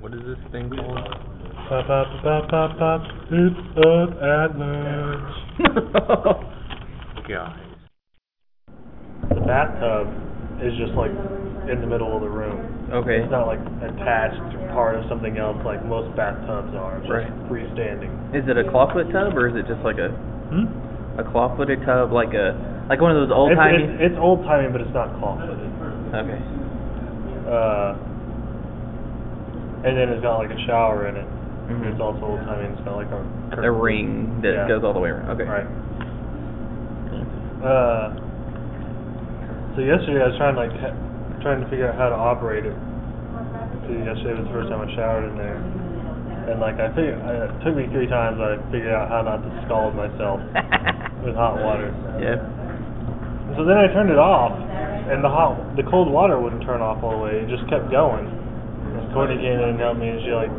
What is this thing called? Pop, pop, pop, pop, pop, it's up at lunch. Guys. The bathtub is just like in the middle of the room. Okay. It's not like attached to part of something else like most bathtubs are. It's Right. just freestanding. Is it a clawfoot tub or is it just like a Hmm? a clawfooted tub, like a like one of those old It's, timey? it's, it's old timey, but it's not clawfooted. Okay. Uh, and then it's got like a shower in it. Mhm. It's also old timey. and It's got like a A ring that Yeah. goes all the way around. Okay. Right. Uh, so yesterday I was trying like ha- trying to figure out how to operate it. So yesterday was the first time I showered in there, and like I figured, I, it took me three times I figured out how not to scald myself with hot water. Yeah. And so then I turned it off, and the hot, the cold water wouldn't turn off all the way. It just kept going. And Courtney came in and helped me, and she like,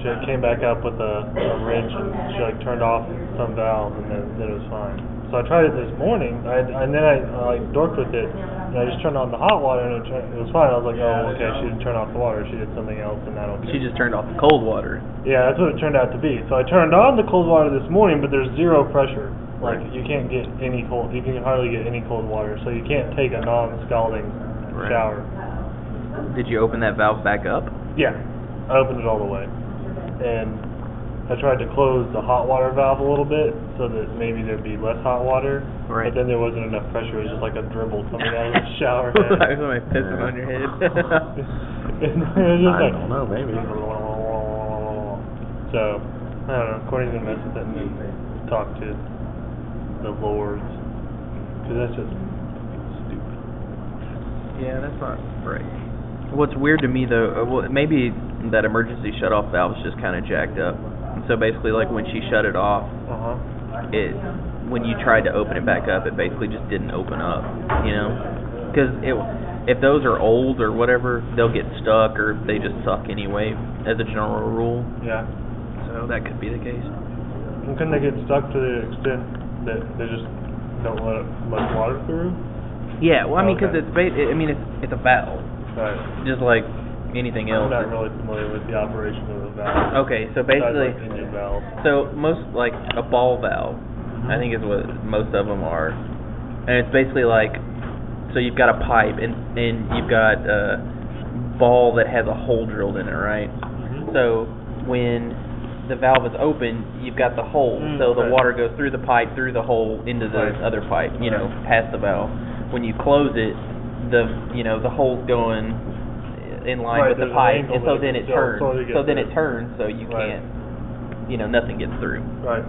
she like, came back up with a, a wrench, and she like turned off some valve, and then, then it was fine. So I tried it this morning, I, and then I, I like dorked with it, and I just turned on the hot water, and it, turned, it was fine. I was like, oh, okay, she didn't turn off the water. She did something else, and I don't. She just turned off the cold water. Yeah, that's what it turned out to be. So I turned on the cold water this morning, but there's zero pressure. Like Right. you can't get any cold, you can hardly get any cold water, so you can't take a non-scalding Right. shower. Did you open that valve back up? Yeah, I opened it all the way, and I tried to close the hot water valve a little bit so that maybe there'd be less hot water. Right. But then there wasn't enough pressure. It was just like a dribble coming out of the shower I head. was gonna piss it on your head. and it was just I like, don't know, maybe. So, I don't know. Courtney's gonna mess with it and then talk to the lords. Because that's just stupid. Yeah, that's not right. What's weird to me though, uh, well, maybe that emergency shut-off valve's just kind of jacked up. So basically, like when she shut it off, Uh Uh-huh. huh. it when you tried to open it back up, it basically just didn't open up. You know, because it if those are old or whatever, they'll get stuck or they just suck anyway, as a general rule. Yeah. So that could be the case. And couldn't they get stuck to the extent that they just don't let much water through? Yeah, well, I mean, because Okay. it's ba- I mean, it's it's a valve, Right. just like anything else. I'm not really familiar with the operation of the valve. Okay, so Besides, basically. like, engine valve. So most like a ball valve, I think is what most of them are, and it's basically like, so you've got a pipe and and you've got a ball that has a hole drilled in it, right? Mhm. So when the valve is open, you've got the hole, Mm, so the right. water goes through the pipe, through the hole, into the Right. other pipe, you know, past the valve. When you close it, the you know the hole's going in line Right, with the there's an pipe, angle and so that then it it goes, turns. so it So gets then through. it turns, so you Right. can't you know, nothing gets through. Right.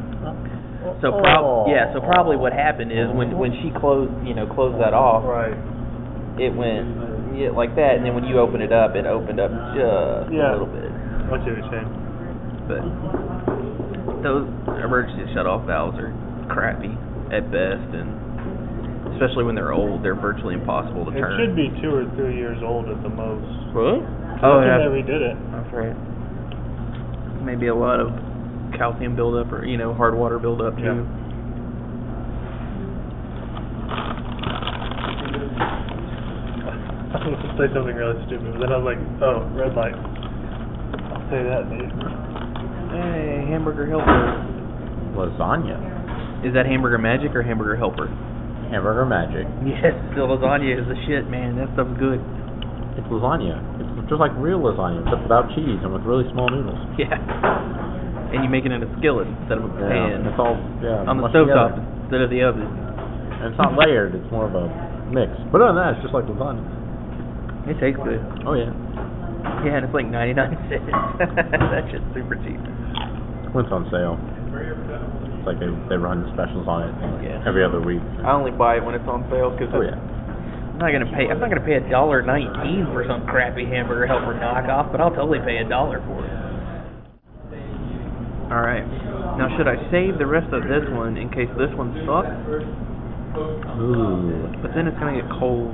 So prob- yeah, so probably what happened is when when she closed, you know, closed that off, Right. it went yeah, like that, and then when you open it up, it opened up just Yeah. a little bit. I see what you're saying. But those emergency shut-off valves are crappy at best, and especially when they're old, they're virtually impossible to It turn. should be two or three years old at the most. What? Oh, Oh yeah. yeah, we did it. that's right. Maybe a lot of calcium buildup, or you know, hard water buildup Yeah. too. I was gonna say something really stupid, but then I was like, oh, red light. I'll say that later. Hey, hamburger helper. Lasagna. Is that hamburger magic or hamburger helper? Hamburger magic. Yes, the lasagna is the shit, man. That stuff's good. It's lasagna. It's just like real lasagna, except without cheese and with really small noodles. Yeah. And you make it in a skillet instead of a pan. And it's all yeah, on the mushed stove top together. instead of the oven. And it's not layered. It's more of a mix. But other than that, it's just like lasagna. It tastes good. Oh yeah. Yeah, and it's like 99 cents. that shit's super cheap. When it's on sale. It's like they they run specials on it Yeah. every other week. I only buy it when it's on sale because Oh yeah. I'm not gonna pay. I'm not gonna pay a dollar 19 for some crappy hamburger helper knockoff, but I'll totally pay a dollar for it. All right. Now, should I save the rest of this one in case this one sucks? Ooh. But then it's gonna get cold.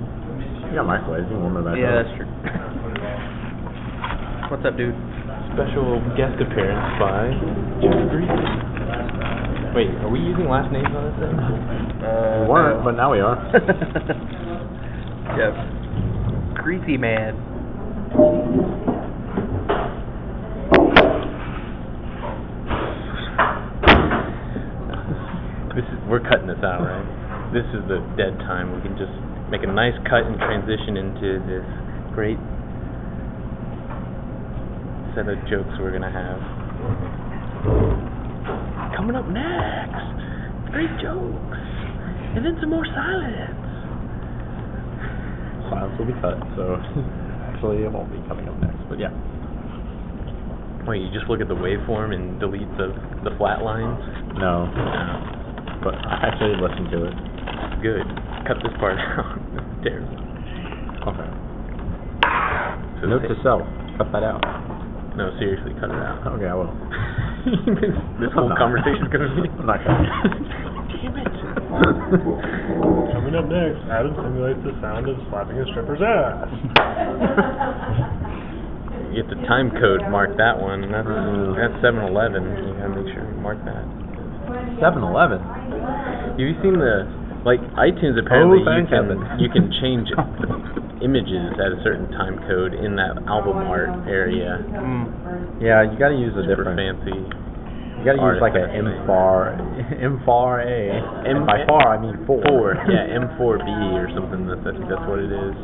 You got microwaves. You can warm it back Yeah, up. that's true. What's up, dude? Special guest appearance by Jeffrey. Wait, are we using last names on this thing? Uh, We weren't, but now we are. Jeff. Greasy man. This is the dead time. We can just make a nice cut and transition into this great set of jokes we're gonna have. Coming up next, great jokes, and then some more silence. Silence will be cut, so actually it won't be coming up next. But yeah, Wait, you just look at the waveform and delete the the flat lines? no, No. but I actually listened to it. Good. Cut this part out. Terrible. Okay. So Note take- to self: cut that out. No, seriously, cut it out. Okay, I will. this, this whole I'm not. conversation's gonna be. I'm not cutting Damn it. it. Coming up next, Adam simulates the sound of slapping a stripper's ass. You have to time code mark that one. and That's Mm. that's 7-Eleven. You gotta make sure you mark that. 7-Eleven. Have you seen the like iTunes? Apparently, you Oh, thank can heaven. you can change images at a certain time code in that album art area. Mm. Yeah, you gotta use a Super different. fancy. You gotta use like an artifact thing. MFAR, MFARA. And by far, I mean four. Four, yeah, M4B or something. That's I think that's what it is.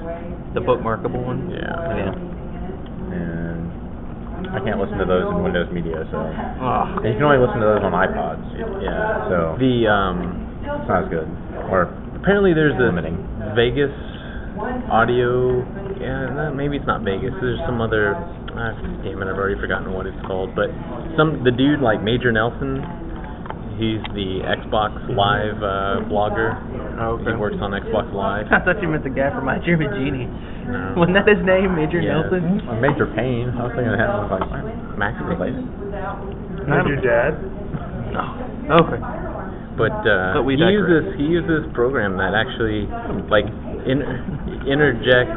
The bookmarkable one? Yeah. And I can't listen to those in Windows Media, so. Ah. And you can only listen to those on iPods. Yeah. So- the um, It's not as good. Or Apparently, there's this Limiting. Vegas audio. Yeah, no, maybe it's not Vegas. There's some other. ah, damn it, I've already forgotten what it's called. But some the dude like Major Nelson. He's the Xbox Live uh, blogger. Oh, okay. He works on Xbox Live. I thought you meant the guy from My German Genie. No. Wasn't that his name, Major Yeah. Nelson? a major pain. I was thinking that I was like, what? Max related. And your dad? No. Okay. But, uh, But we he digress. uses he uses program that actually like in, interjects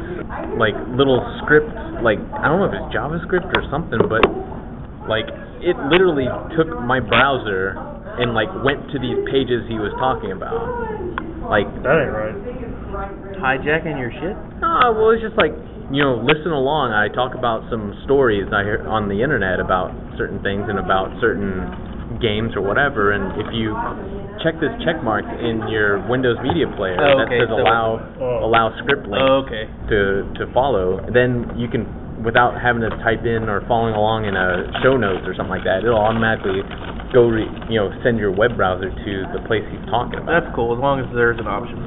like little scripts like I don't know if it's JavaScript or something, but like it literally took my browser and like went to these pages he was talking about. Like That ain't right. Hijacking your shit? no, well, it's just like you know, listen along. I talk about some stories I hear on the internet about certain things and about certain games or whatever. And if you check this check mark in your Windows Media Player Oh, that okay, says so- allow Oh. allow script links okay. to to follow, then you can without having to type in or following along in a show notes or something like that, it'll automatically go re- you know send your web browser to the place he's talking about. That's cool, as long as there's an option.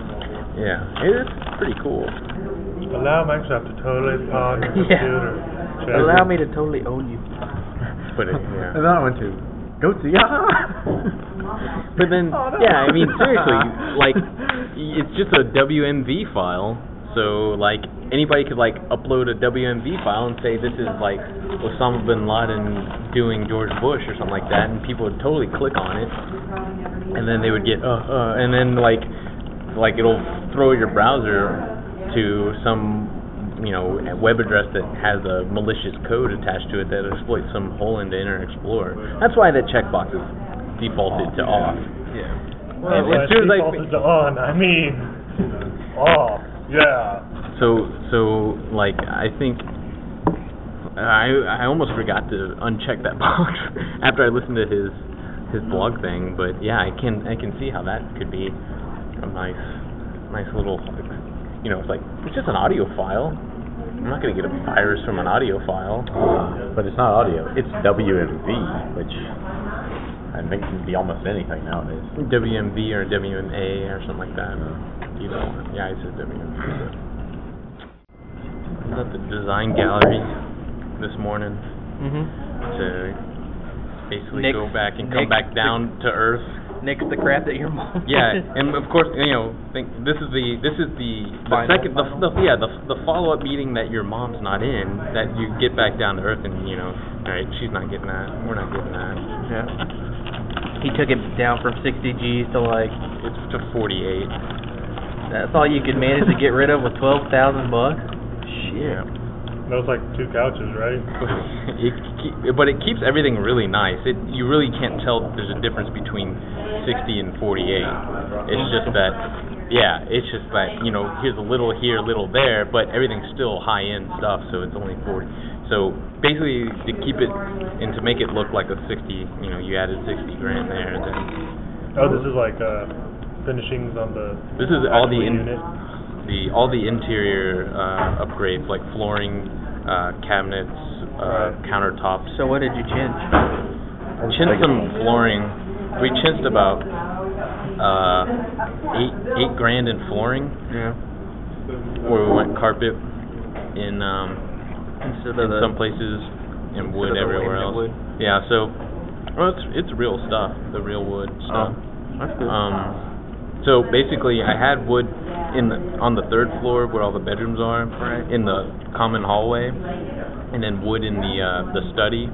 yeah, it's pretty cool. Allow Microsoft to totally pawn your Yeah. computer. Check. Allow me to totally own you. But it, yeah. And then I went to go to Uh, But then, Oh, no. yeah, I mean, seriously, like, y- it's just a WMV file. So, like, anybody could, like, upload a WMV file and say this is, like, Osama bin Laden doing George Bush or something like that, and people would totally click on it. And then they would get, uh, uh, and then, like, like, it'll throw your browser to some, you know, web address that has a malicious code attached to it that exploits some hole in the Internet Explorer. That's why that checkbox is defaulted to off. Well, And when as soon as I- defaulted to on, I mean, off. Yeah. So so like I think I I almost forgot to uncheck that box after I listened to his his blog thing, but yeah, I can I can see how that could be a nice nice little you know, it's like it's just an audio file. I'm not gonna get a virus from an audio file. Uh, but it's not audio. It's WMV, which I think can be almost anything nowadays. WMV or WMA or something like that. Either one. Yeah, I said WMV. but- I was at the design gallery this morning. Mm-hmm. to basically Nix- go back and nix come back the- down to earth. Next, the crap that your mom. Yeah, and of course, you know, think this is the this is the, the Final- second the, the yeah the the follow up meeting that your mom's not in that you get back down to earth and you know all right she's not getting that we're not getting that Yeah. He took it down from 60 G's to like it's to 48. that's all you could manage to get rid of with 12,000 bucks. Yeah. That was like two couches, right? it keep, but it keeps everything really nice. It you really can't tell that there's a difference between 60 and 48. It's just that yeah, it's just that you know here's a little here, little there, but everything's still high end stuff, so it's only 40. So basically to keep it and to make it look like a 60, you know, you added 60 grand there. Then Oh, this is like uh, finishings on the. This is all the actual in, unit. the all the interior uh, upgrades like flooring, uh, cabinets, uh, Right. countertops. So what did you change? Chinsum flooring. We chinsed about uh, eight eight grand in flooring, Yeah. where we went carpet in um, Instead in of the some places and of wood the weighted everywhere else. wood. Yeah, so well, it's it's real stuff, the real wood stuff. Oh, That's good. Um, so basically, I had wood in the, on the third floor where all the bedrooms are, Right. in the common hallway, and then wood in the uh, the study,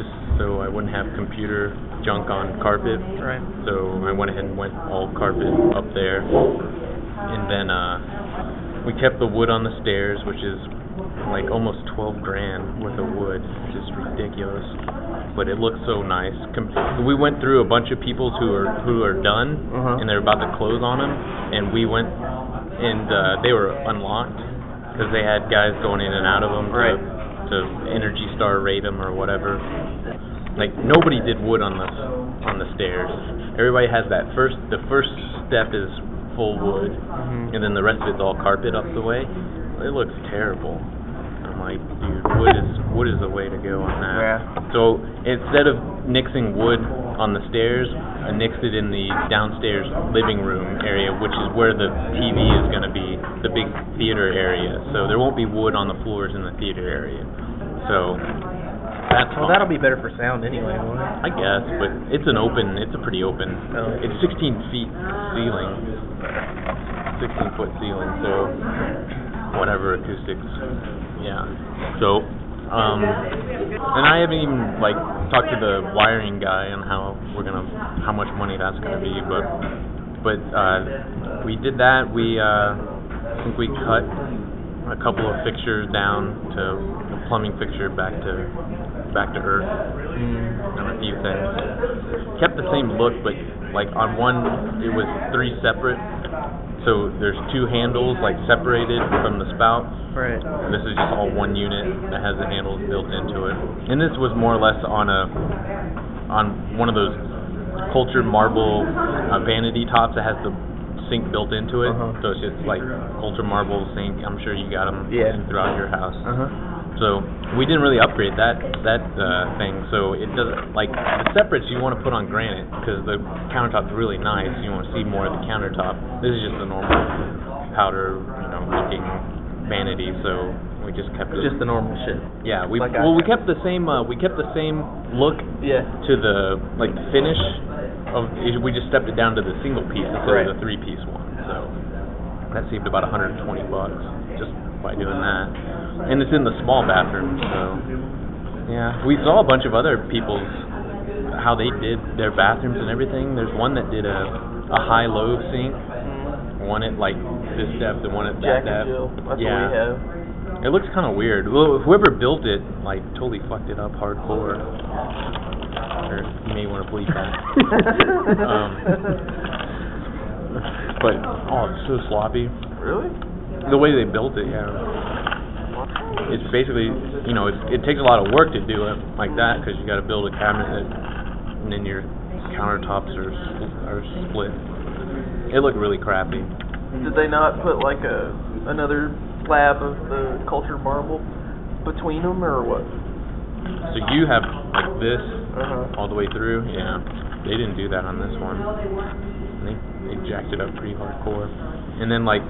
just so I wouldn't have computer junk on carpet. right. So I went ahead and went all carpet up there, and then uh, we kept the wood on the stairs, which is like almost 12 grand worth of wood, which is ridiculous. But it looks so nice. Com- we went through a bunch of people's who are who are done, Uh-huh. and they're about to close on them, and we went, and uh, they were unlocked because they had guys going in and out of them Right. to, to Energy Star rate them or whatever. Like nobody did wood on the on the stairs. Everybody has that first. The first step is full wood, Mhm. and then the rest of it's all carpet up the way. It looks terrible. I'm like, dude, wood is wood is the way to go on that. Yeah. So instead of nixing wood on the stairs, I nixed it in the downstairs living room area, which is where the TV is going to be, the big theater area. So there won't be wood on the floors in the theater area. So that's Well, fine. that'll be better for sound anyway, won't it? I guess, but it's an open. It's a pretty open. Oh. It's 16 feet ceiling, 16 foot ceiling. So whatever acoustics. Yeah. So, um, and I haven't even like talked to the wiring guy on how we're gonna, how much money that's gonna be, but, but uh, we did that. We uh, I think we cut a couple of fixtures down to the plumbing fixture back to back to earth Mm. on a few things. Kept the same look, but like on one, it was three separate. So there's two handles like separated from the spout. Right. This is just all one unit that has the handles built into it. And this was more or less on a on one of those cultured marble uh, vanity tops that has the sink built into it. Uh-huh. So it's just like cultured marble sink. I'm sure you got them Yeah. throughout your house. Uh huh. So we didn't really upgrade that that uh, thing. So it doesn't like the separates you want to put on granite because the countertop's really nice. You want to see more of the countertop. This is just a normal powder, you know, looking vanity. So we just kept it. Just the normal shit. yeah, we like I well we have. kept the same uh, we kept the same look Yeah. to the like finish of we just stepped it down to the single piece instead Right. of the three piece one. So that saved about 120 bucks just by doing that. And it's in the small bathroom, so yeah. We saw a bunch of other people's how they did their bathrooms and everything. There's one that did a a high low sink, one at like this depth and one at that Jack depth. and Jill. That's yeah. what we have. It looks kind of weird. Well, whoever built it, like, totally fucked it up hardcore. Or you may want to bleep that. um, but oh, it's so sloppy. Really? The way they built it, yeah. It's basically, you know, it's, it takes a lot of work to do it like that because you got to build a cabinet that, and then your countertops are spl- are split. It looked really crappy. Did they not put like a another slab of the cultured marble between them or what? So you have like this Uh huh. all the way through. Yeah, they didn't do that on this one. They they jacked it up pretty hardcore. And then like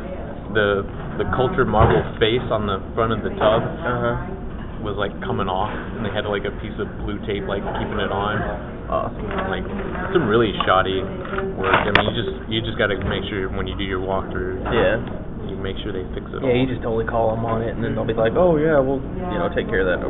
the the cultured marble face on the front of the tub Uh was like coming off, and they had like a piece of blue tape like keeping it on. huh. Awesome. Like some really shoddy work. I mean, you just you just got to make sure when you do your walkthrough, Yeah. you make sure they fix it. Yeah, all. you just totally call them on it, and then they'll be like, "Oh yeah, we'll you know take care of that."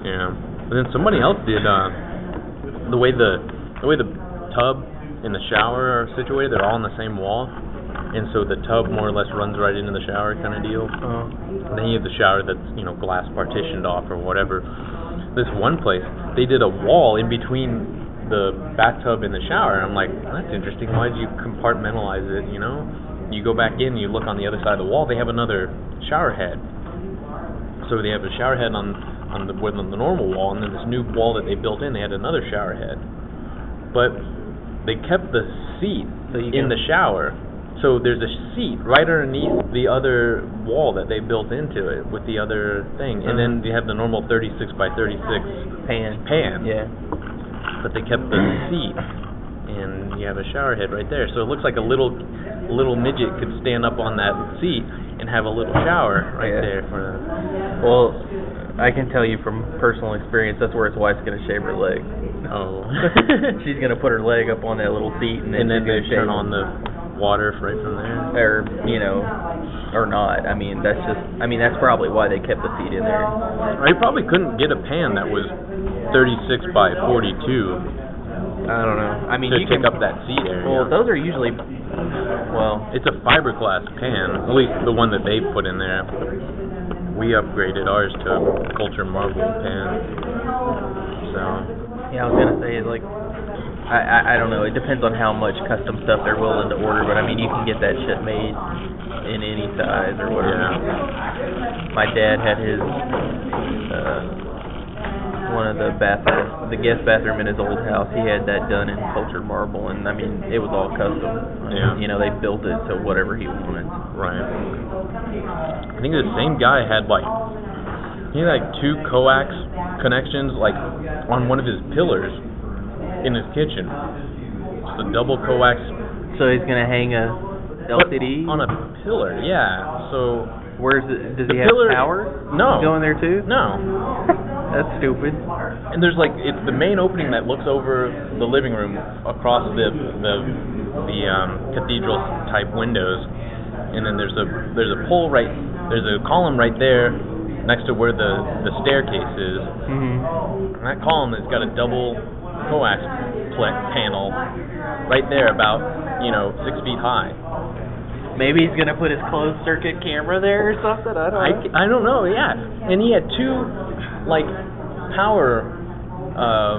Yeah. But then somebody else did uh the way the the way the tub and the shower are situated, they're all on the same wall. And so the tub more or less runs right into the shower kind of deal. Uh, And then you have the shower that's, you know, glass partitioned off or whatever. This one place, they did a wall in between the bathtub and the shower. And I'm like, that's interesting. Why did you compartmentalize it, you know? You go back in, you look on the other side of the wall, they have another shower head. So they have a shower head on on the with on the normal wall, and then this new wall that they built in, they had another shower head. But they kept the seat So you in can- the shower. So there's a seat right underneath the other wall that they built into it with the other thing, and then you have the normal 36 by 36 pan. pan. Yeah. But they kept the seat, and you have a shower head right there. So it looks like a little little midget could stand up on that seat and have a little shower right Yeah. there for them. Well, I can tell you from personal experience, that's where his wife's gonna shave her leg. Oh. she's gonna put her leg up on that little seat, and then, and then she's gonna they turn shave. on the water right from there. or you know, or not. I mean, that's just. I mean, that's probably why they kept the seat in there. I probably couldn't get a pan that was 36 by 42 I don't know. I mean, to you take can, up that seat area. Well, those are usually. Well, It's a fiberglass pan, at least the one that they put in there. We upgraded ours to a culture marble pan. So, yeah, I was gonna say like. I, I I don't know. It depends on how much custom stuff they're willing to order, but I mean, you can get that shit made in any size or whatever. yeah. My dad had his uh, one of the bathroom, the guest bathroom in his old house. He had that done in cultured marble, and I mean, it was all custom. Yeah. You know, they built it to whatever he wanted. Right. I think the same guy had like he had like two coax connections like on one of his pillars in his kitchen. Just a double coax So he's gonna hang a but LCD. on a pillar. Yeah. So Where's it? Does the he have pillar- power? no. Going there too? no. That's stupid. And there's like it's the main opening that looks over the living room across the the the um, cathedral type windows, and then there's a there's a pole right there's a column right there next to where the the staircase is, Mm-hmm. and that column has got a double coax pl- panel right there about you know six feet high. Maybe he's gonna put his closed circuit camera there or something. I don't I, know. I don't know, yeah. And he had two, like, power, uh,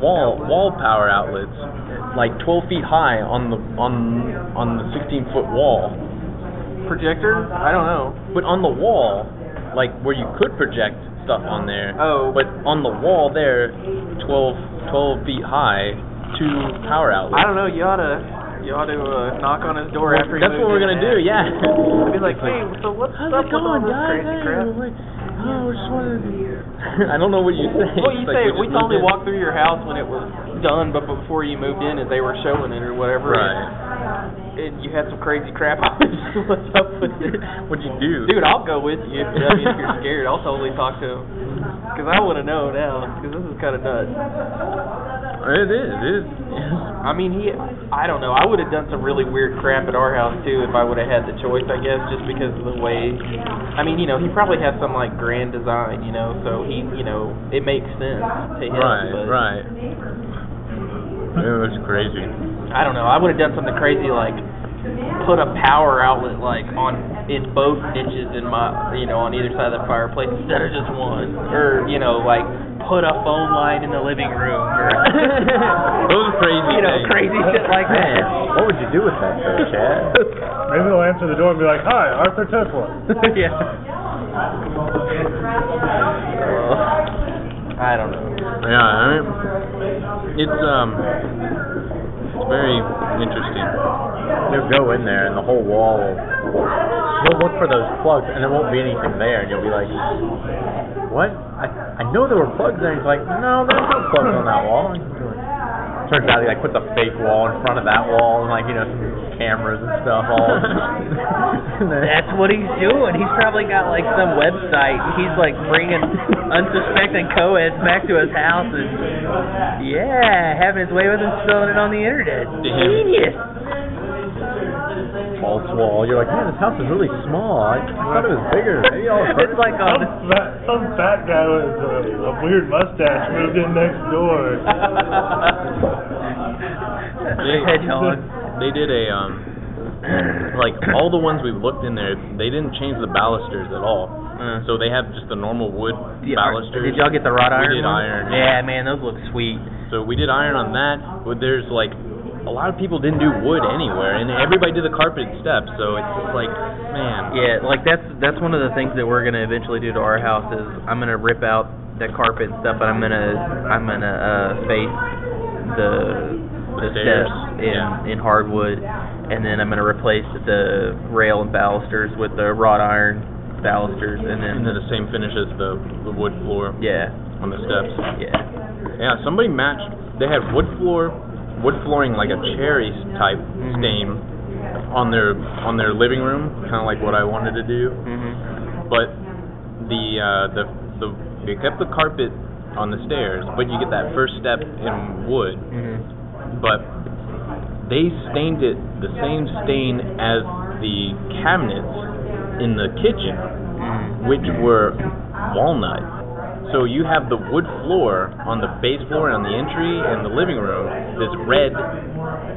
wall wall power outlets, like 12 feet high on the on on the 16 foot wall. projector? I don't know. But on the wall, like where you could project stuff on there. Oh. But on the wall there, 12 12 feet high, two power I outlets. don't know. You ought to, you ought to uh, knock on his door after. he That's what moves we're in gonna and do, yeah. I'd be like, It's hey, so what's How's up it with all going, this guys? crazy Hey, crap? I'm like, oh, we just wanted to- I don't know what you say. Well, you It's like, say just we moved totally in. walked through your house when it was done, but before you moved in, and they were showing it or whatever. Right. And you had some crazy crap. on it. what's up with it? What'd you do? Dude, I'll go with you. If, I mean, if you're scared, I'll totally talk to him. Cause I want to know now. Cause this is kind of nuts. It is. It is. I mean, he. I don't know. I would have done some really weird crap at our house too if I would have had the choice. I guess just because of the way. I mean, you know, he probably has some like grand design, you know. So he, you know, it makes sense to him. Right. but Right. It was crazy. I don't know. I would have done something crazy like put a power outlet like on in both niches in my you know on either side of the fireplace instead of just one, or you know like put a phone line in the living room, or Those crazy you know things. crazy shit like Man, that. what would you do with that though, Chad? Maybe they'll answer the door and be like, "Hi, Arthur Tesla." yeah. Oh. I don't know. Yeah. I mean, it's um. It's very interesting. You'll go in there and the whole wall. You'll look for those plugs and there won't be anything there, and you'll be like, "What? I I know there were plugs there." And he's like, "No, there's no plugs on that wall." And you're like- Turns out he like puts a fake wall in front of that wall and like you know some cameras and stuff all. and then- That's what he's doing. He's probably got like some website. He's like bringing unsuspecting co-eds back to his house and yeah, having his way with him, selling it on the internet. Genius. false wall. You're like, man, this house is really small. I I thought it was bigger. Maybe I'll. It's like Some um, on. fat, some fat guy with a, a weird mustache moved in next door. They- Hedgehog. They did a um. Like all the ones we've looked in there, they didn't change the balusters at all. Uh. So they have just the normal wood Yeah, are- balusters. Did y'all get the wrought iron? We did ones? iron. Yeah, man, those look sweet. So we did iron on that, but there's like a lot of people didn't do wood anywhere, and everybody did the carpeted steps. So it's just like, man, Yeah, like that's that's one of the things that we're gonna eventually do to our house is I'm gonna rip out the carpet and stuff, but I'm gonna I'm gonna uh, face the the steps in in hardwood, and then I'm gonna replace the rail and balusters with the wrought iron balusters, and And then then the same finish as the, the wood floor yeah, on the steps. yeah, Yeah, somebody matched. They had wood floor, wood flooring like a cherry type stain on their on their living room, kind of like what I wanted to do. mm-hmm. But the uh, the the they kept the carpet on the stairs, but you get that first step in wood. Mm-hmm. But they stained it the same stain as the cabinets in the kitchen Mm-hmm. which were walnut. So you have the wood floor on the base floor and on the entry and the living room. This red,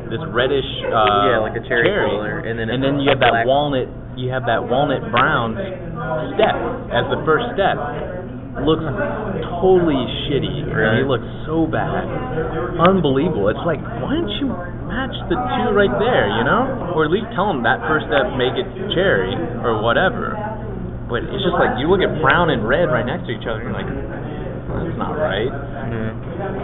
this reddish. Uh, Yeah, like a cherry color, and then it's and then you have black. that walnut. You have that walnut brown step as the first step. Looks totally shitty. I mean, Really? it looks so bad, unbelievable. It's like why didn't you match the two right there? You know, or at least tell them that first step make it cherry or whatever. But it's just like you look at brown and red right next to each other, and you're like, that's not right.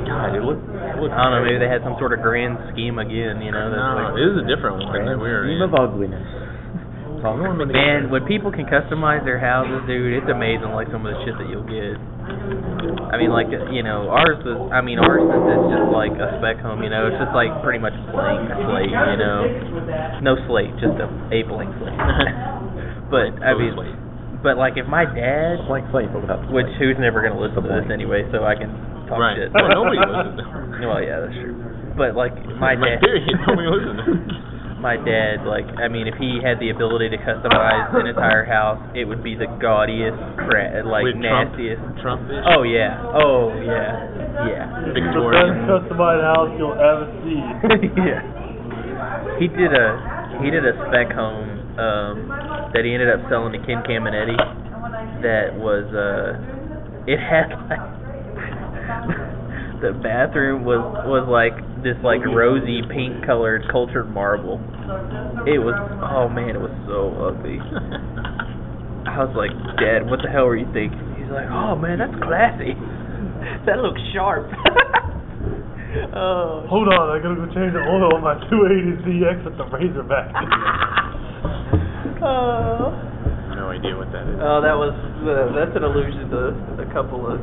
God, it looked. It looked I don't know. Maybe they had some sort of grand scheme again. You know, that's No, like this is a different one that we were in. of ugliness. Man, when people can customize their houses, dude, it's amazing. Like some of the shit that you'll get. I mean, like you know, ours was. I mean, ours is it's just like a spec home. You know, it's just like pretty much blank slate. You know, no slate, just a, a blank slate. but I mean, Slate. but like if my dad, It's like slate, but without the which slate. who's never gonna listen to this anyway, so I can talk right. shit. Well, nobody listens. Well, yeah, that's true. But like my My dad, period. Nobody listens. my dad, like, I mean, if he had the ability to customize an entire house, it would be the gaudiest, cra- like, With Trump, nastiest. Trumpish. Oh yeah, oh yeah, yeah, Victorian. The best customized house you'll ever see. yeah. He did a he did a spec home um, that he ended up selling to Ken Caminetti. That was uh, it had like the bathroom was was like this like rosy pink colored cultured marble. It was oh man, it was so ugly. I was like, Dad, what the hell were you thinking? He's like, Oh man, that's classy. That looks sharp. oh. Hold on, I gotta go change the oil on my 280ZX at the Razorback. oh. No idea what that is. Oh, that was uh, that's an allusion to a couple of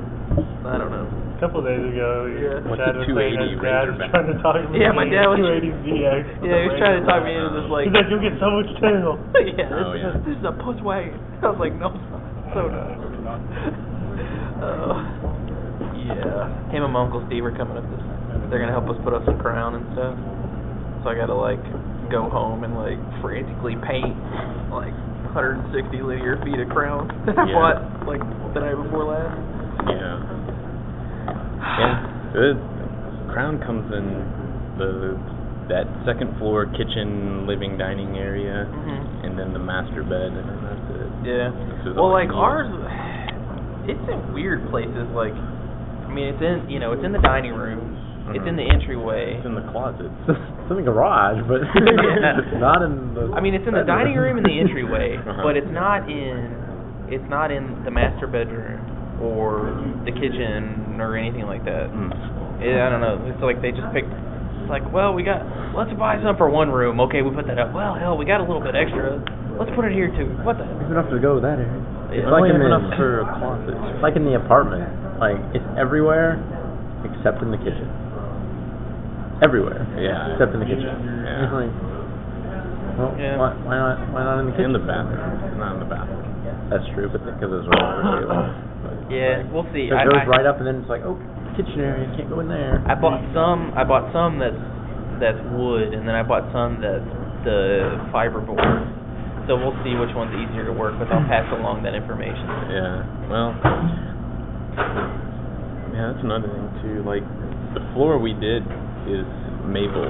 I don't know. a couple days ago, your Yeah. What's dad a was saying his dad 280 was Razorback? trying to talk me Yeah, my into dad was- 280ZX. at Yeah, he the was trying to talk Razorback. me into this like He's like, you'll get so much tail. yeah, this, Oh, is yeah. A, this is a puss wagon. I was like, no, it's not. So not. Uh, yeah. Him and my Uncle Steve are coming up this. They're gonna help us put up some crown and stuff. So I gotta like go home and like frantically paint like 160 linear feet of crown that I Yeah. bought like the night before last. Yeah. Yeah. The crown comes in the that second floor kitchen, living, dining area, Mhm. and then the master bed, and then that's it. Yeah. This is Well, all I like need. ours, it's in weird places. Like, I mean, it's in you know, it's in the dining room. It's in the entryway. Mm-hmm. It's in the closets. It's in the garage, but Yeah. it's not in the. I mean, it's in the dining room and the entryway, Uh-huh. but it's not in it's not in the master bedroom or the kitchen or anything like that. Mm. Yeah, I don't know. It's like they just picked. It's like, well, we got. Let's buy some for one room. Okay, we put that up. Well, hell, we got a little bit extra. Let's put it here too. What the? It's enough to go with that, Eric. It's It's only like in enough the, for closets. It's like in the apartment. Like it's everywhere, except in the kitchen. Everywhere. Yeah. Except in the kitchen. Yeah. It's like, well, Yeah. why, why not? Why not in the In kitchen? the bathroom. Not in the bathroom. That's true, but because it's right. Yeah, we'll see. It I- goes I- right up, and then it's like, oh, kitchen area, can't go in there. I bought some. I bought some that's that's wood, and then I bought some that's the fiberboard. So we'll see which one's easier to work with. I'll pass along that information. Yeah. Well. Yeah, that's another thing too. Like the floor we did is maple.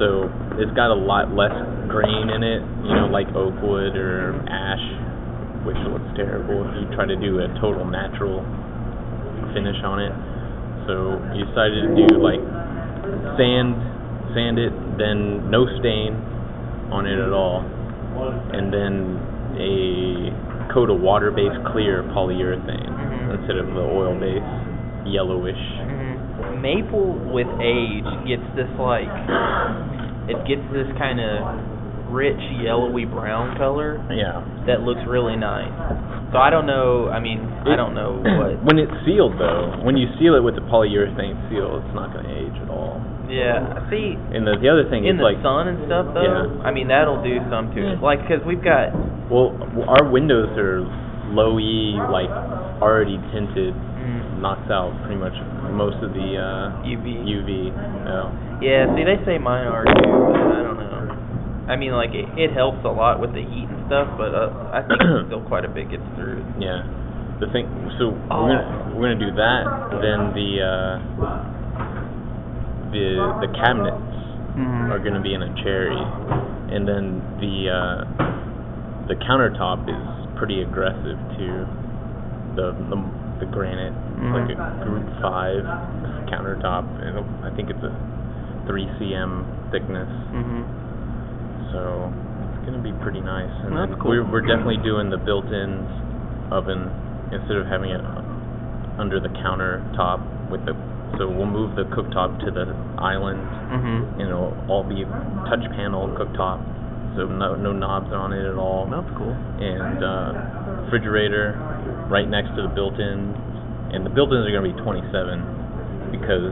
So it's got a lot less grain in it, you know, like oak wood or ash, which looks terrible if you try to do a total natural finish on it. So you decided to do like sand, sand it, then no stain on it at all, and then a coat of water-based clear polyurethane Mhm. instead of the oil-based. yellowish. Mhm. Maple with age gets this like it gets this kind of rich yellowy brown color Yeah. that looks really nice. So I don't know. I mean, I don't know what. When it's sealed though, when you seal it with the polyurethane seal, it's not going to age at all. Yeah. See, And the, the other thing in is the like, sun and stuff though. Yeah. I mean, that'll do some to it. Yeah. Like, cause we've got. well, our windows are low E, like already tinted, Mm, knocks out pretty much most of the uh, UV. UV. Yeah. Yeah, see, they say mine are too, but I don't know. I mean, like, it, it helps a lot with the heat and stuff, but uh, I think it's still quite a bit gets through. Yeah. The thing. So Oh. we're gonna we're gonna do that. Then the uh, the the cabinets Mm-hmm. are gonna be in a cherry, and then the uh, the countertop is pretty aggressive too. The the, the granite it's Mm-hmm. like a group five countertop, and I think it's a three cm thickness. Mm-hmm. So it's gonna be pretty nice. And That's then cool. We're, we're definitely doing the built-in oven instead of having it under the countertop with the. So we'll move the cooktop to the island, Mm-hmm. and it'll all be touch panel cooktop. So no no knobs on it at all. That's cool. And uh, refrigerator right next to the built-in, and the built-ins are gonna be 27 because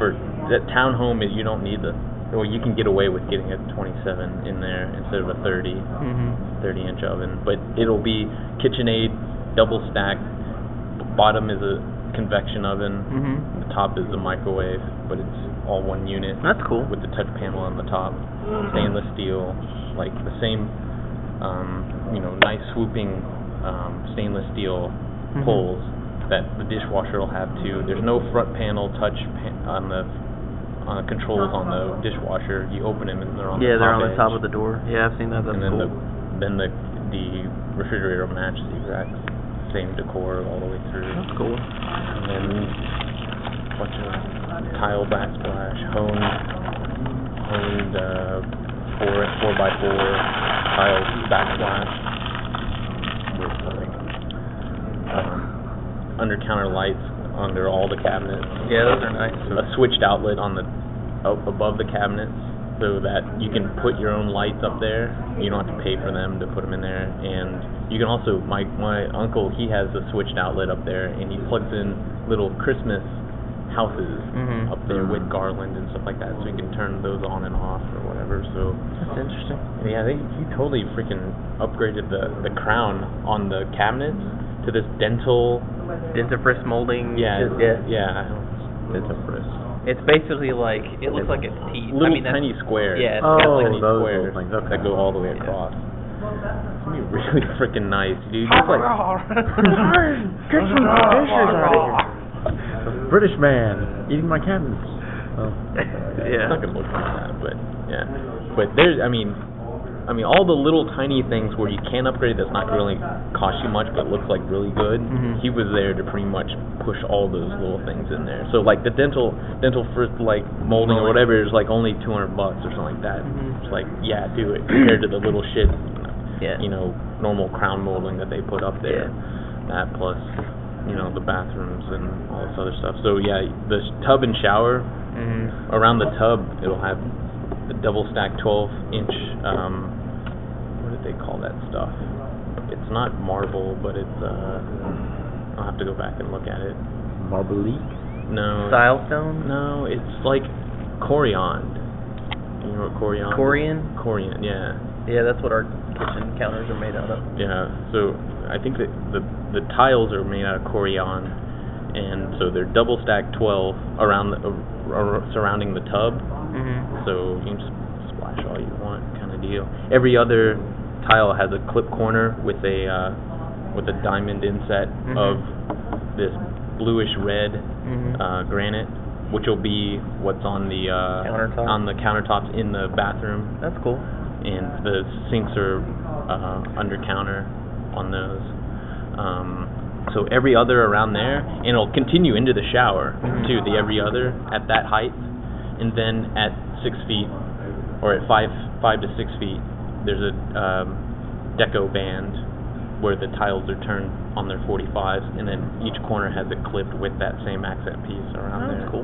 for that townhome is you don't need the. Well, you can get away with getting a 27 in there instead of a 30. Mm-hmm. 30 inch oven, but it'll be KitchenAid double stack. Bottom is a convection oven, Mm-hmm. the top is a microwave, but it's all one unit That's cool. with the touch panel on the top, Mm-hmm. stainless steel, like the same, um, you know, nice swooping um, stainless steel Mhm. poles that the dishwasher will have too. There's no front panel touch pan- on the on the controls on the dishwasher. You open them and they're on Uh-huh. Yeah, the top they're on the edge top of the door. Yeah, I've seen that. That's and then cool. the then the the refrigerator will match the exact same decor all the way through. That's cool. And then a bunch of tile backsplash, honed honed uh, four four by four tile backsplash with like um, under counter lights under all the cabinets. Yeah, those are nice. A switched outlet on the up above the cabinets so that you can put your own lights up there. You don't have to pay for them to put them in there. And you can also my my uncle he has a switched outlet up there and he plugs in little Christmas houses Mhm. up there with garland and stuff like that so you can turn those on and off or whatever. So That's interesting. yeah, they, he totally freaking upgraded the the crown on the cabinets to this dental Dentifrice molding. yeah, Mm, shit, yeah, yeah. It's a frisk. It's basically like it looks like it's teeth. Little I mean, that's, tiny squares. yeah, it's got like Oh, Little tiny those squares little things. Okay. that go all the way Yeah. across. It's gonna be really freaking nice, dude. It's like Get some dishes out of here. A British man eating my cabinets. Oh. yeah. it's not gonna look like that, but yeah. But there's, I mean, I mean, all the little tiny things where you can upgrade that's not really cost you much, but looks like really good. Mhm. He was there to pretty much push all those little things in there. So like the dental dental first like molding or Molding. whatever is like only 200 bucks or something like that. Mhm. It's like yeah, do it compared to the little shit, Yeah. you know, normal crown molding that they put up there. That plus, you know, the bathrooms and all this other stuff. So yeah, the tub and shower Mhm. around the tub, it'll have the double stack 12 inch. Um, what did they call that stuff? It's not marble, but it's. Uh, I'll have to go back and look at it. Marbly. No. Style stone. No, it's like coriand. You know what coriand? is? Corian. Corian, yeah, Yeah, that's what our kitchen counters are made out of. yeah. So I think that the the tiles are made out of corian, and so they're double stack 12 around the ar- ar- surrounding the tub. Mm-hmm. so you can just splash all you want kind of deal. Every other tile has a clip corner with a uh, with a diamond inset Mhm. of this bluish red Mm-hmm. uh, granite, which will be what's on the uh, Countertop. on the countertops in the bathroom, that's cool. and the sinks are uh, under counter on those. Um, so every other around there, and it'll continue into the shower Mhm. too. The every other at that height, and then at six feet or at five five to six feet, there's a um, deco band where the tiles are turned on their 45s, and then each corner has it clipped with that same accent piece Oh, around there. cool.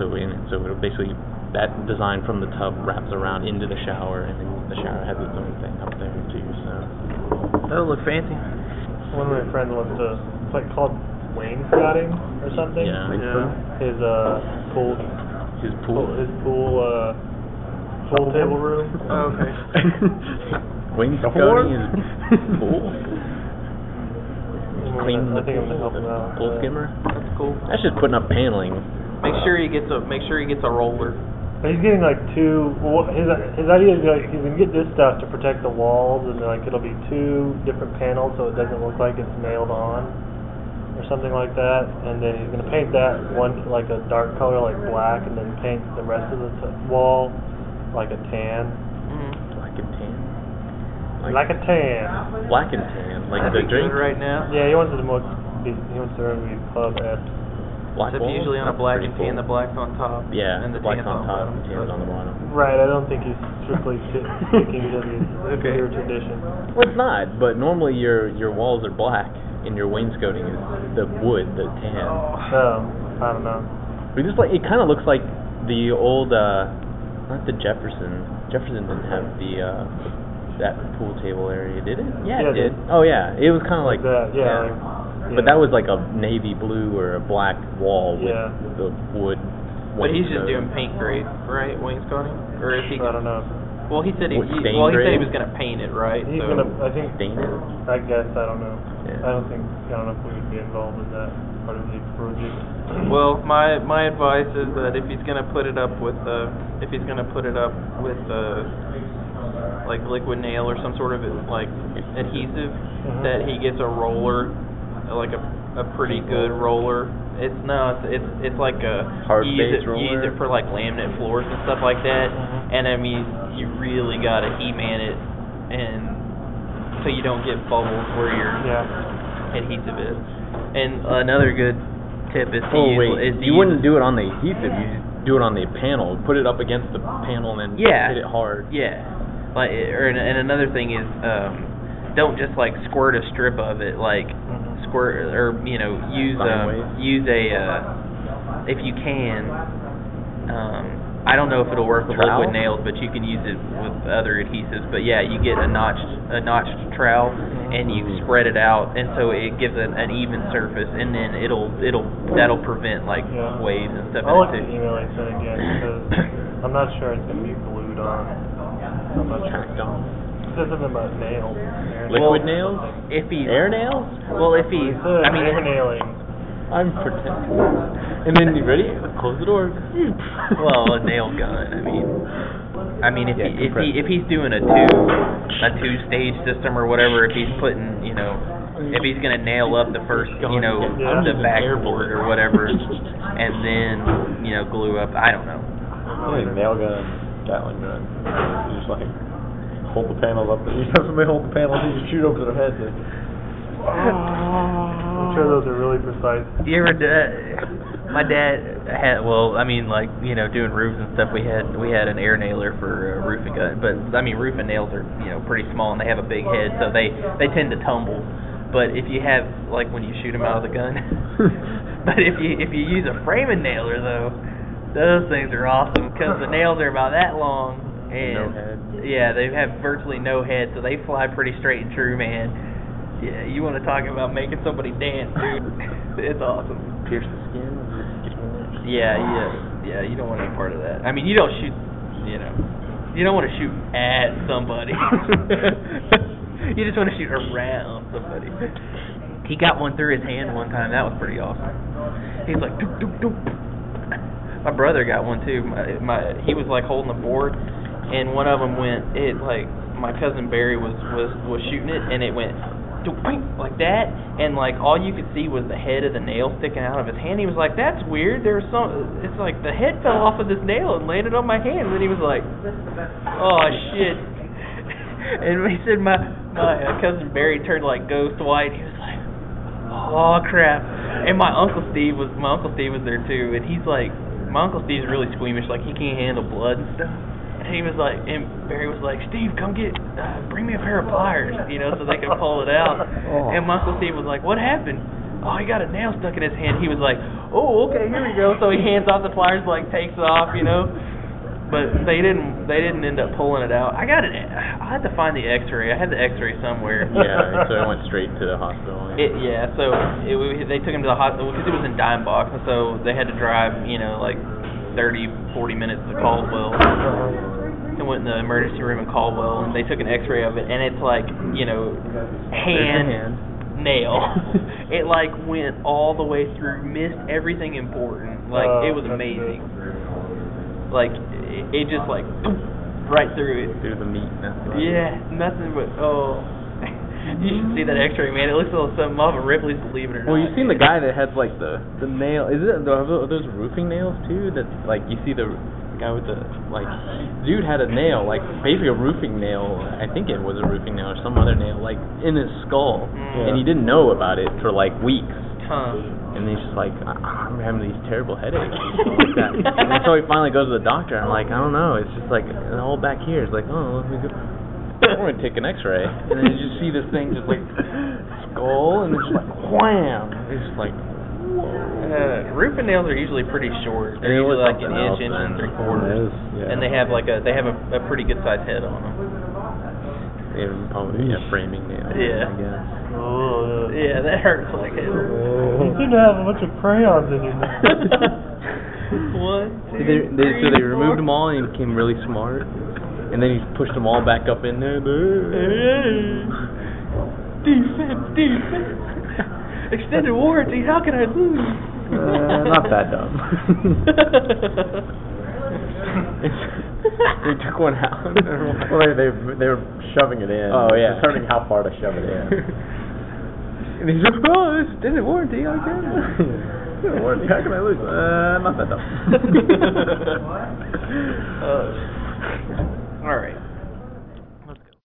So in it, so it'll basically that design from the tub wraps around into the shower, and then the shower has its own thing up there too. So That'll look fancy. One of my friends wants to, it's like called wainscoting or something. Yeah. yeah. His uh pool, his pool. his pool uh pool table room. Okay. Wainscoting is pool. Clean I the think I'm gonna pool. help him out. Pool skimmer. That's cool. That's just putting up paneling. Make sure he gets a make sure he gets a roller. But he's getting like two. Well, his his idea is like he's gonna get this stuff to protect the walls, and like it'll be two different panels, so it doesn't look like it's nailed on, or something like that. And then he's gonna paint that one like a dark color, like black, and then paint the rest of the t- wall like a tan, Mm. black and tan. like a tan. black and tan, like That'd the be drink. good right now. Yeah, he wants it to look. He he wants it to be pub esque. Black Except walls? usually on a That's black pretty and tan, cool. the black's on top. Yeah, and the black's tan's on top, bottom. and tan's on the bottom. Right, I don't think he's strictly t- sticking to the Okay. clear tradition. Well, it's not, but normally your your walls are black and your wainscoting is the wood, the tan. Oh. So Um, I don't know. We just like it kind of looks like the old, uh, not the Jefferson. Jefferson didn't have the uh, that pool table area, did it? Yeah, it it did. Oh yeah, it was kind of like. that, yeah. Like, yeah. But that was like a navy blue or a black wall with Yeah. the wood. But he's just doing wainscoting. paint grade, right? Wainscoting, or is he? I don't know. Well, he said he, What, he stain well he said he grade? was gonna paint it, right? He's so gonna. I think. Stained. I guess I don't know. Yeah. I don't think. I don't know if we would be involved in that part of the project. Well, my my advice is that if he's gonna put it up with uh if he's gonna put it up with uh like liquid nail or some sort of like adhesive, Mm-hmm. that he gets a roller, like a a pretty good roller. It's no, it's it's, it's like a Hard you use base it, you use roller? Mm-hmm. it for like laminate floors and stuff like that. And I mean, you really gotta he-man it, and so you don't get bubbles where your yeah. adhesive is. And another good tip is to Oh use wait, is to use you wouldn't do it on the adhesive. You just do it on the panel. Put it up against the panel and then Yeah. hit it hard. Yeah. Like, or and, and another thing is, um, don't just like squirt a strip of it. Like, Mhm. squirt or you know use Sideways. um, use a uh, if you can. Um, I don't know if it'll work with Trowel? liquid nails, but you can use it with other adhesives. But yeah, you get a notched a notched trowel and you Mm. spread it out, and so it gives an, an even surface, and then it'll it'll that'll prevent like Yeah. waves and stuff. I'll in look it at the uh, too. email I sent again because I'm not sure it's gonna be glued on. I'm not sure. Tracked on. It says something about nails. Air Liquid nails. nails? If he's Air nails? well, if he's It said I mean air nailing. I'm pretending. And then you ready? Close the door. Well, a nail gun. I mean, I mean, if he Yeah, if he compressed. if he's doing a two a two stage system or whatever, if he's putting you know if he's gonna nail up the first you know Yeah. the Using air backboard or whatever, and then you know glue up. I don't know. Like nail gun, Gatling gun. You just like hold the panels up. You have somebody hold the panels and you shoot over their heads. and- I'm sure those are really precise. You ever uh, my dad had well, I mean like you know doing roofs and stuff. We had we had an air nailer for uh, roofing gun, but I mean roofing nails are you know pretty small and they have a big head, so they they tend to tumble. But if you have like when you shoot them out of the gun, but if you if you use a framing nailer though, those things are awesome because the nails are about that long and No head. yeah they have virtually no head, so they fly pretty straight and true, man. Yeah, you want to talk about making somebody dance, dude? It's awesome. Pierce the skin. and just get in there. Yeah, yeah, yeah. You don't want any part of that. I mean, you don't shoot. You know, you don't want to shoot at somebody. you just want to shoot around somebody. He got one through his hand one time. That was pretty awesome. He's like, doop doop doop. My brother got one too. My, my he was like holding the board, and one of them went. It like my cousin Barry was was was shooting it, and it went doop, boing, like that, and like all you could see was the head of the nail sticking out of his hand. He was like, "That's weird. There's some. It's like the head fell off of this nail and landed on my hand." And then he was like, "Oh shit." And he said my my uh, cousin Barry turned like ghost white. He was like, Oh crap! And my uncle Steve was my uncle Steve was there too, and he's like, my uncle Steve's really squeamish, like he can't handle blood and stuff. And he was like, and Barry was like, Steve, come get, uh, bring me a pair of pliers, you know, so they could pull it out. Oh. And my Uncle Steve was like, what happened? Oh, he got a nail stuck in his hand. He was like, oh, okay, here we go. So he hands off the pliers, like takes off, you know. But they didn't, they didn't end up pulling it out. I got it. I had to find the X-ray. I had the X-ray somewhere. yeah, so I went straight to the hospital. It, yeah, so it, we, they took him to the hospital because it was in Dimebox, and so they had to drive, you know, like 30, 40 minutes to Caldwell. And went in the emergency room in Caldwell, and they took an X-ray of it, and it's like, you know, hand, nail. it like went all the way through, missed everything important. Like Oh, it was that's amazing. good. Like it, it just like right through it. Through the meat. That's right. Yeah, nothing but oh. you should see that X-ray, man. It looks a little something off of Ripley's Believe It or Mm-hmm. Well, Not. you've seen the guy that has like the the nail. Is it are tho- are those roofing nails too? That like you see the guy with the like dude had a nail, like basically a roofing nail. I think it was a roofing nail or some other nail, like in his skull, Mm. and he didn't know about it for like weeks. Huh. And he's just like, I- I'm having these terrible headaches and stuff like that. and so he finally goes to the doctor. I'm like, I don't know. It's just like an all back here. It's like, oh, let me go. We're gonna take an X-ray, and then you just see this thing just like skull, and it's just like wham. It's just like Uh, roof and nails are usually pretty short. They're It was usually like something an else inch, inch and then. three quarters, and they have like a they have a, a pretty good sized head on them. It would probably be a framing nail. Yeah. I guess. Oh, yeah. Yeah, that hurts like hell. Oh. You seem to have a bunch of crayons in your mouth. One, So two, they, they, so they three, four. removed them all and he became really smart. And then he pushed them all back up in there. Eh, Defense, defense. Extended warranty. How can I lose? Uh, not that dumb. they took one out. and they're like- Well, they, they, they were shoving it in. Oh, yeah. Determining how far to shove it in. and he's like, oh, this didn't warranty. I Yeah, what- How can I lose? Uh, not that dumb. Oh, guess. Uh,